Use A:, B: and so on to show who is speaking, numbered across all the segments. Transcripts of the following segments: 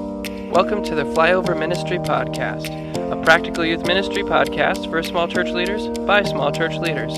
A: Welcome to the Flyover Ministry Podcast, a practical youth ministry podcast for small church leaders by small church leaders.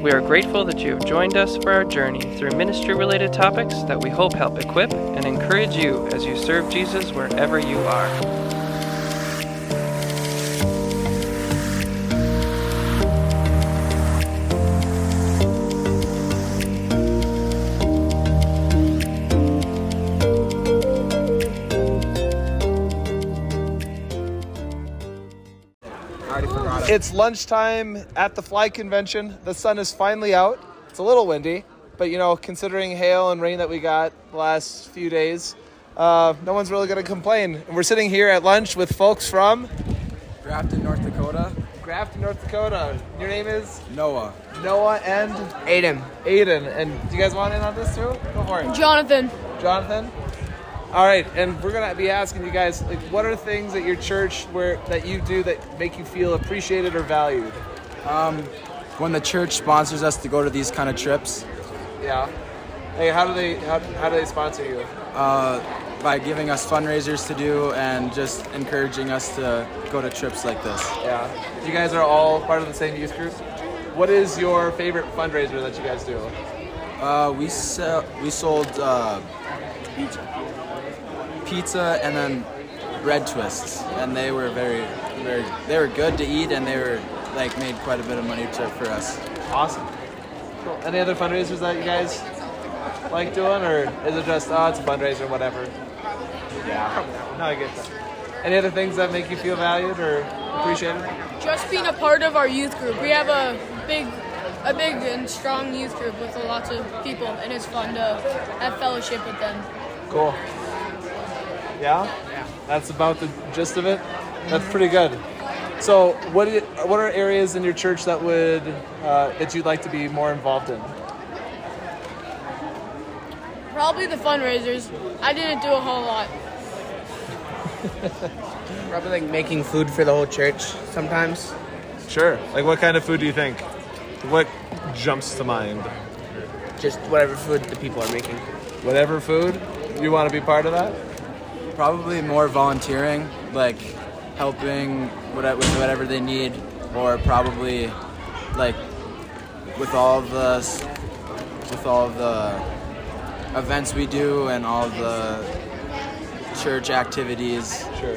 A: We are grateful that you have joined us for our journey through ministry related topics that we hope help equip and encourage you as you serve Jesus wherever you are.
B: It's lunchtime at the Fly Convention. The sun is finally out. It's a little windy, but you know, considering hail and rain that we got the last few days, uh, no one's really going to complain. And we're sitting here at lunch with folks from
C: Grafton, North Dakota.
B: Grafton, North Dakota. Your name is
C: Noah.
B: Noah and Aiden. Aiden. And do you guys want in on this too? Go for it.
D: Jonathan.
B: Jonathan. All right, and we're gonna be asking you guys, like, what are things at your church where that you do that make you feel appreciated or valued?
C: When the church sponsors us to go to these kind of trips
B: Yeah. Hey, how do they how, how do they sponsor you?
C: by giving us fundraisers to do and just encouraging us to go to trips like this.
B: Yeah. You guys are all part of the same youth group. What is your favorite fundraiser that you guys do?
C: Uh, we sell, we sold uh, pizza and then bread twists, and they were very, very they were good to eat, and they were like made quite a bit of money to, for us.
B: Awesome. Cool. Any other fundraisers that you guys like doing, or is it just oh, it's a fundraiser, whatever? Yeah. No, I get that. Any other things that make you feel valued or appreciated?
D: Just being a part of our youth group. We have a big, a big and strong youth group with lots of people, and it's fun to have fellowship with them.
B: Cool. Yeah? Yeah. That's about the gist of it? That's pretty good. So, what, do you- what are areas in your church that would uh, that you'd like to be more involved in?
D: Probably the fundraisers. I didn't do a whole lot.
E: Probably like making food for the whole church sometimes.
F: Sure. Like, what kind of food do you think? What jumps to mind?
E: Just whatever food the people are making.
B: Whatever food you want to be part of that.
C: Probably more volunteering, like helping what- with whatever they need, or probably like with all the s- with all the events we do and all the church activities.
B: Sure.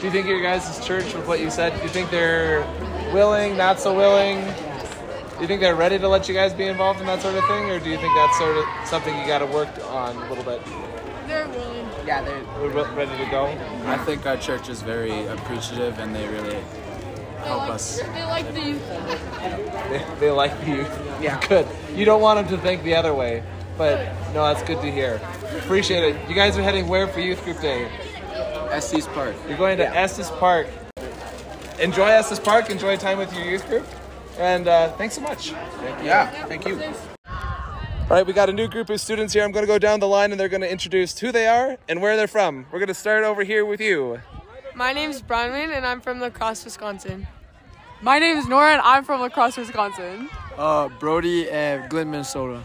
B: Do you think your guys' church, with what you said, do you think they're willing, not so willing? Do you think they're ready to let you guys be involved in that sort of thing, or do you think that's sort of something you got to work on a little bit?
D: They're willing.
E: Yeah, they're
B: We're re- ready to go.
C: I think our church is very appreciative, and they really
D: They
C: Help
D: like,
C: us.
D: They like the youth. group.
B: They, they like the youth.
E: Yeah.
B: Good. You don't want them to think the other way, but no, that's good to hear. Appreciate it. You guys are heading where for Youth Group Day?
C: SC's part.
B: You're going to Estes Park. Enjoy Estes Park. Enjoy time with your youth group. And uh, thanks so much.
E: yeah. Thank you.
B: All right, we got a new group of students here. I'm going to go down the line and they're going to introduce who they are and where they're from. We're going to start over here with you.
G: My name's Bronwyn, and I'm from La Crosse, Wisconsin. My name is Nora, and I'm from La Crosse, Wisconsin.
H: Uh, Brody and Glenn, Minnesota.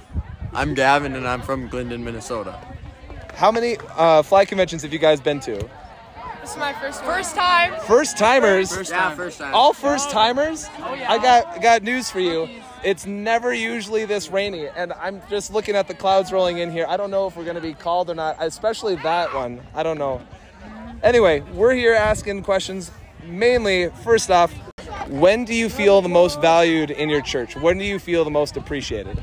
H: I'm Gavin, and I'm from Glendon, Minnesota.
B: How many uh, fly conventions have you guys been to?
G: This is my first First time.
B: First timers.
H: yeah, first time.
B: All first timers?
G: yeah.
B: I got I got news for you. It's never usually this rainy, and I'm just looking at the clouds rolling in here. I don't know if we're gonna be called or not, especially that one. I don't know. Anyway, we're here asking questions mainly, first off, when do you feel the most valued in your church? When do you feel the most appreciated?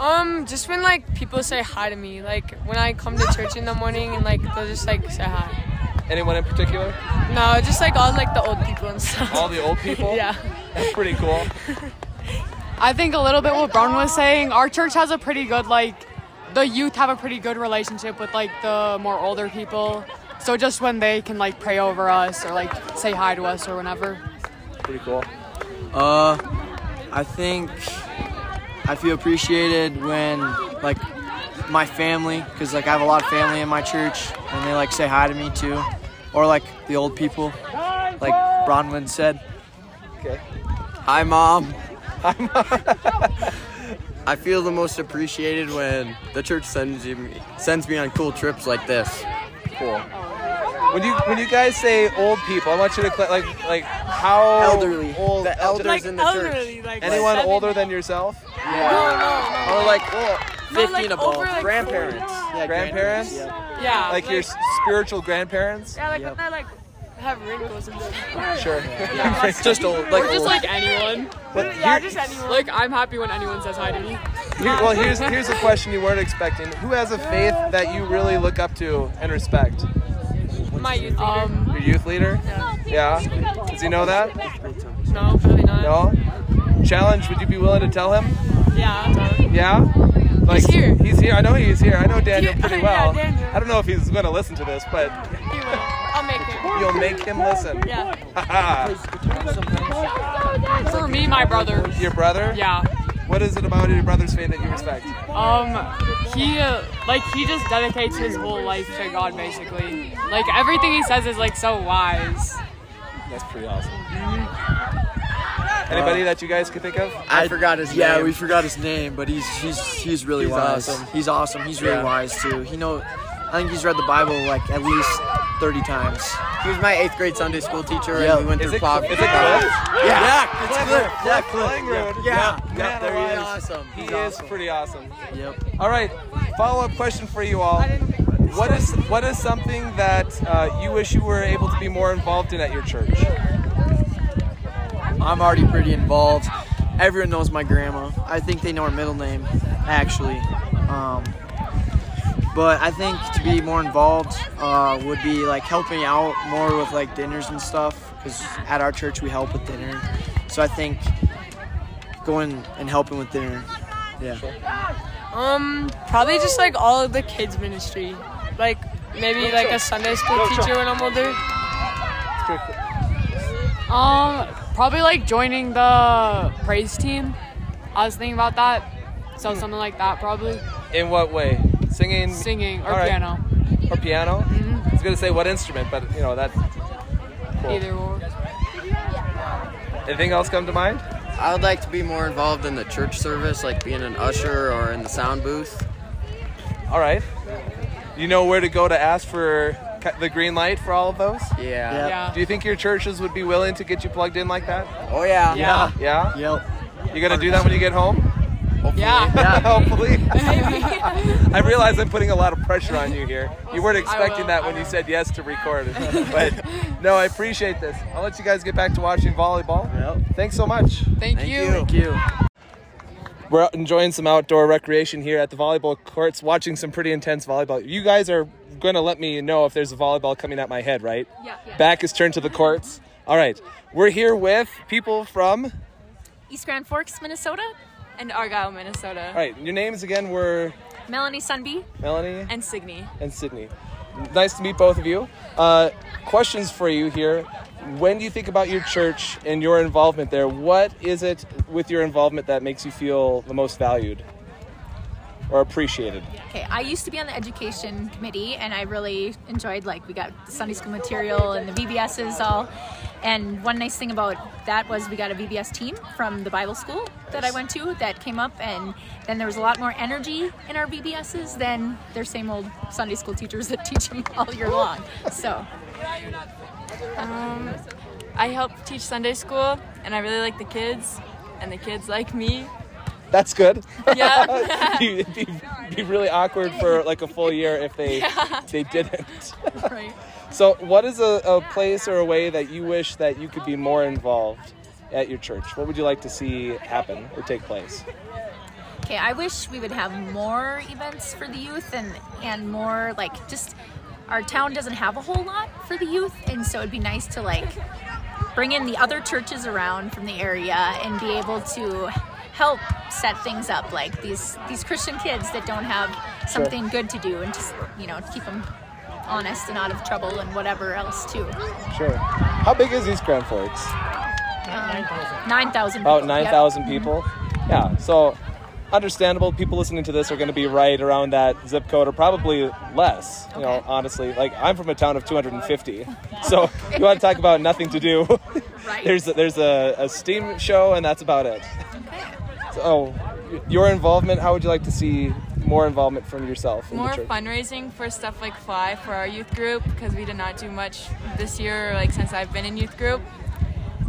G: Um, just when like people say hi to me, like when I come to church in the morning, and like they'll just like say hi.
B: Anyone in particular?
G: No, just like all like the old people and stuff.
B: All the old people?
G: yeah.
B: That's pretty cool.
I: I think a little bit what Brown was saying. Our church has a pretty good like the youth have a pretty good relationship with like the more older people. So just when they can like pray over us or like say hi to us or whenever.
B: Pretty cool.
H: Uh, I think I feel appreciated when like my family, because like I have a lot of family in my church, and they like say hi to me too, or like the old people, like Bronwyn said.
B: Okay.
H: Hi, mom. I feel the most appreciated when the church sends you sends me on cool trips like this.
B: Cool. When you when you guys say old people, I want you to cl- like like how
H: Elderly.
B: old
H: The elders
G: like
H: in the
G: elderly, like
B: anyone
G: seven-
B: older than yourself
H: church. Or Oh, like well, 15
G: like,
H: above.
G: over, like,
H: grandparents. Yeah,
B: Grandparents?
H: yeah.
G: Yeah,
B: like your s- spiritual grandparents
G: Yeah, like when they like have wrinkles and stuff.
B: sure
H: Just old. Like,
I: Just
H: old.
I: like anyone.
B: But
G: Yeah,
B: here-
G: just anyone.
I: Like I'm happy when anyone says hi to me.
B: here- well here's here's a question you weren't expecting who has a faith that you really look up to and respect
G: my youth leader.
I: Um,
B: your youth leader yeah does he know that
G: No, probably not.
B: no challenge would you be willing to tell him
G: Yeah.
B: Yeah? Like,
G: He's here.
B: He's here. I know he's here. I know Daniel
G: Yeah,
B: pretty
G: yeah,
B: well.
G: Daniel.
B: I don't know if he's going to listen to this, but
G: He will. I'll make him.
B: you'll make him listen.
G: Yeah.
I: for me, my brother.
B: Your brother?
I: Yeah.
B: What is it about your brother's faith that you respect?
I: Um, he uh, like he just dedicates his whole life to God, basically. Like everything he says is like so wise.
B: That's pretty awesome. Anybody that you guys could think of?
H: I, forgot his
C: yeah,
H: name.
C: we forgot his name, but he's he's he's really
H: He's
C: wise.
H: awesome. He's awesome. He's really
C: Yeah.
H: wise too. He know. I think he's read the Bible like at least 30 times.
E: He was my eighth grade Sunday school teacher,
H: Yeah.
E: and we went
B: Is
E: through
B: it,
E: Plov.
B: is it Cliff?
H: Yeah, yeah it's
B: Cliff.
H: Cliff. Yeah,
B: Cliff
H: Cliff.
B: Langroad.
H: Yeah,
B: Yeah,
H: yeah,
B: man
H: there he is.
B: alive.
H: Awesome.
B: He
H: He's
B: is
H: awesome.
B: pretty awesome.
H: Yep.
B: All right. Follow up question for you all. What is what is something that uh, you wish you were able to be more involved in at your church?
H: I'm already pretty involved. Everyone knows my grandma. I think they know her middle name, actually. Um, but I think to be more involved uh, would be like helping out more with like dinners and stuff. Because at our church we help with dinner, so I think going and helping with dinner. Yeah.
G: Um, probably just like all of the kids ministry. Like maybe like a Sunday school teacher when I'm older.
I: Um, probably like joining the praise team. I was thinking about that.
B: Hmm.
I: So something like that, probably
B: In what way? Singing,
I: singing or
B: All right.
I: piano, Mm-hmm.
B: or piano? I was gonna say what instrument, but you know that.
I: either or.
B: Anything else come to mind?
E: I would like to be more involved in the church service, like being an usher or in the sound booth.
B: All right. You know where to go to ask for ca- the green light for all of those?
E: Yeah.
H: Yep.
B: Do you think your churches would be willing to get you plugged in like that?
E: Oh yeah.
I: Yeah.
B: Yeah?
H: Yep.
B: You gonna do that when you get home?
I: Yeah.
B: Hopefully. I realize I'm putting a lot of pressure on you here. You weren't expecting
I: will,
B: that
I: I
B: when you
I: will.
B: said yes to record. But no, I appreciate this. I'll let you guys get back to watching volleyball.
H: Yep.
B: Thanks so much.
I: Thank, you.
H: Thank you.
B: We're out enjoying some outdoor recreation here at the volleyball courts, watching some pretty intense volleyball. You guys are going to let me know if there's a volleyball coming at my head, right?
D: Yeah. yeah.
B: Back is turned to the courts. All right, we're here with people from. All
J: East Grand Forks, Minnesota, and Argyle, Minnesota.
B: right, your names again were
J: Melanie Sunby
B: Melanie
J: and Signe.
B: and Sydney. Nice to meet both of you. Uh, questions for you here. When you think about your church and your involvement there, what is it with your involvement that makes you feel the most valued or appreciated?
J: Okay, I used to be on the education committee, and I really enjoyed like we got the Sunday school material and the VBSs all. And one nice thing about that was we got a VBS team from the Bible school that I went to that came up, and then there was a lot more energy in our VBSs than their same old Sunday school teachers that teach them all year long. So
G: I help teach Sunday school, and I really like the kids, and the kids like me.
B: That's good.
G: Yeah.
B: be, be, be really awkward for like a full year if they they didn't.
J: right.
B: So, what is a, a place or a way that you wish that you could be more involved at your church? What would you like to see happen or take place?
J: Okay, I wish we would have more events for the youth and and more like just our town doesn't have a whole lot for the youth and so it'd be nice to like bring in the other churches around from the area and be able to help set things up like these these Christian kids that don't have something good to do and just you know keep them honest and out of trouble and whatever else too.
B: Sure. How big is East Grand Forks?
J: Nine thousand.
B: About nine thousand people. Yeah. So, understandable. People listening to this are going to be right around that zip code, or probably less. You know,
J: Okay.
B: honestly, like I'm from a town of 250, so you want to talk about nothing to do.
J: Right.
B: There's a, there's a, a steam show and that's about it. So your involvement, how would you like to see more involvement from yourself in
K: more
B: the church?
K: fundraising for stuff like Fly for our youth group because we did not do much this year, like since I've been in youth group.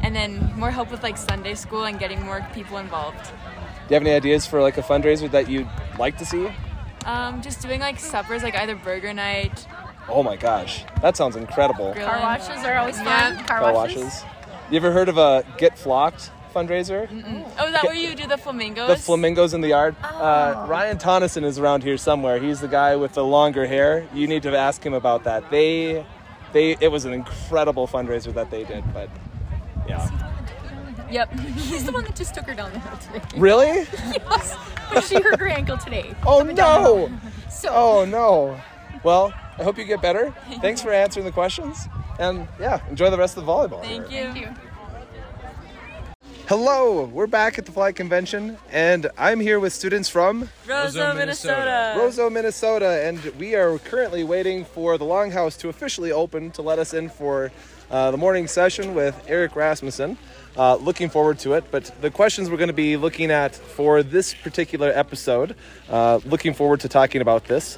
K: And then more help with like Sunday school and getting more people involved.
B: Do you have any ideas for like a fundraiser that you'd like to see?
K: Um, just doing like suppers, like either burger night, um,
B: Oh my gosh, that sounds incredible.
K: grilling.
J: Car washes are always fun.
K: Yeah.
J: Car,
B: Car
J: washes.
B: washes. You ever heard of a Get Flocked fundraiser?
K: Mm. Oh, is that where you do the flamingos?
B: The flamingos in the yard. Uh, Ryan Tonneson is around here somewhere. He's the guy with the longer hair. You need to ask him about that. They, they, it was an incredible fundraiser that they did. But yeah,
J: Yep. He's the one that just took her down the hill today.
B: really?
J: yes. But she hurt her ankle today.
B: Oh no!
J: So-
B: Oh no! Well, I hope you get better. Thanks for answering the questions, and yeah, enjoy the rest of the volleyball.
K: Thank you.
B: Hello, we're back at the Fly Convention, and I'm here with students from
G: Roseau, Minnesota.
B: Roseau, Minnesota, and we are currently waiting for the Longhouse to officially open to let us in for uh, the morning session with Eric Rasmussen. Uh, looking forward to it, but the questions we're going to be looking at for this particular episode, uh, looking forward to talking about this.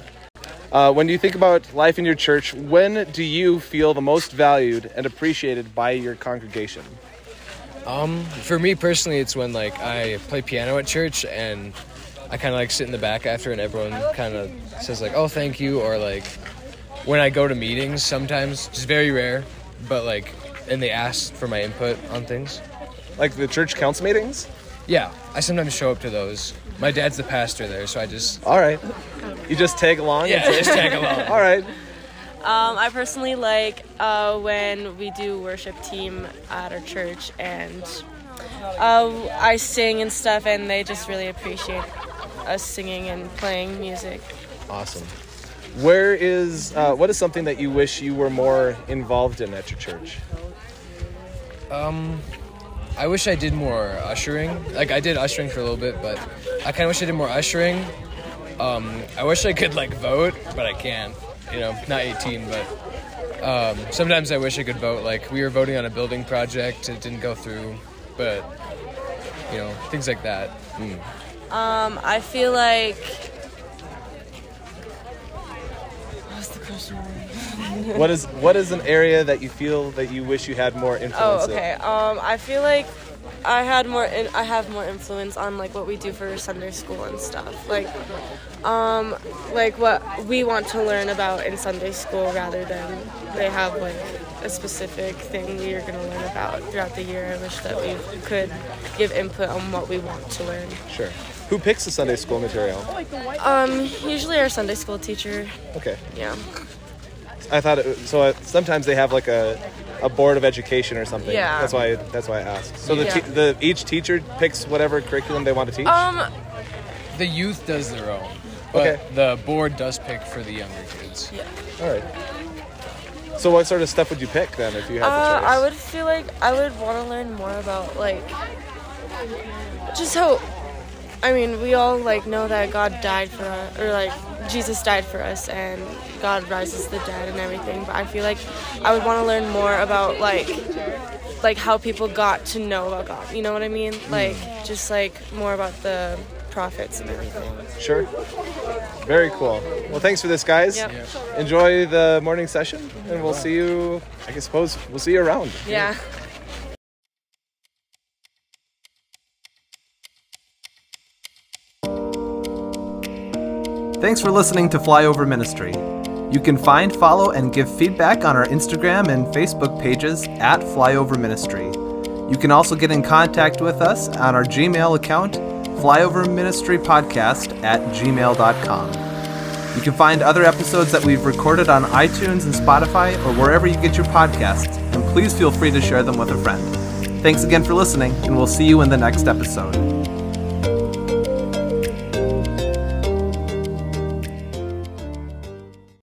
B: Uh, when you think about life in your church, when do you feel the most valued and appreciated by your congregation?
L: Um, for me personally, it's when like I play piano at church and I kind of like sit in the back after, and everyone kind of says like, "Oh, thank you," or like when I go to meetings sometimes, just very rare, but like, and they ask for my input on things.
B: Like the church council meetings.
L: Yeah, I sometimes show up to those. My dad's the pastor there, so I just
B: All right. You just tag along?
L: Yeah, just tag along.
B: All right.
M: Um, I personally like uh, when we do worship team at our church and uh, I sing and stuff, and they just really appreciate us singing and playing music.
B: Awesome. Where is uh, what is something that you wish you were more involved in at your church?
L: Um, I wish I did more ushering. Like I did ushering for a little bit, but I kind of wish I did more ushering. Um, I wish I could like vote, but I can't. You know, not 18, but um, sometimes I wish I could vote. Like we were voting on a building project, it didn't go through, but you know, things like that.
M: Um, I feel like. What's the question?
B: What is what is an area that you feel that you wish you had more influence?
M: Oh, okay. Um, I feel like I had more. In, I have more influence on like what we do for Sunday school and stuff. Like, um, like what we want to learn about in Sunday school, rather than they have like a specific thing we are going to learn about throughout the year. I wish that we could give input on what we want to learn.
B: In? Sure. Who picks the Sunday school material?
M: Um, usually our Sunday school teacher.
B: Okay.
M: Yeah.
B: I thought it, so. uh, Sometimes they have like a, a board of education or something.
M: Yeah.
B: That's why that's why I asked. So the,
M: Yeah.
B: te- the each teacher picks whatever curriculum they want to teach.
M: Um,
L: The youth does their own, but the board does pick for the younger kids.
M: Yeah.
B: All right. So what sort of stuff would you pick then if you had
M: Uh,
B: the choice?
M: I would feel like I would want to learn more about like just how. I mean, we all like know that God died for us, or like Jesus died for us, and God rises the dead and everything. But I feel like I would want to learn more about like like how people got to know about God. You know what I mean? Like just like more about the prophets and everything.
B: Sure. Very cool. Well, thanks for this, guys.
M: Yep. Yeah.
B: Enjoy the morning session, and we'll see you. I guess suppose we'll see you around.
M: Yeah.
B: Thanks for listening to Flyover Ministry. You can find, follow, and give feedback on our Instagram and Facebook pages at Flyover Ministry. You can also get in contact with us on our Gmail account, flyoverministrypodcast at gmail.com. You can find other episodes that we've recorded on iTunes and Spotify or wherever you get your podcasts, and please feel free to share them with a friend. Thanks again for listening, and we'll see you in the next episode.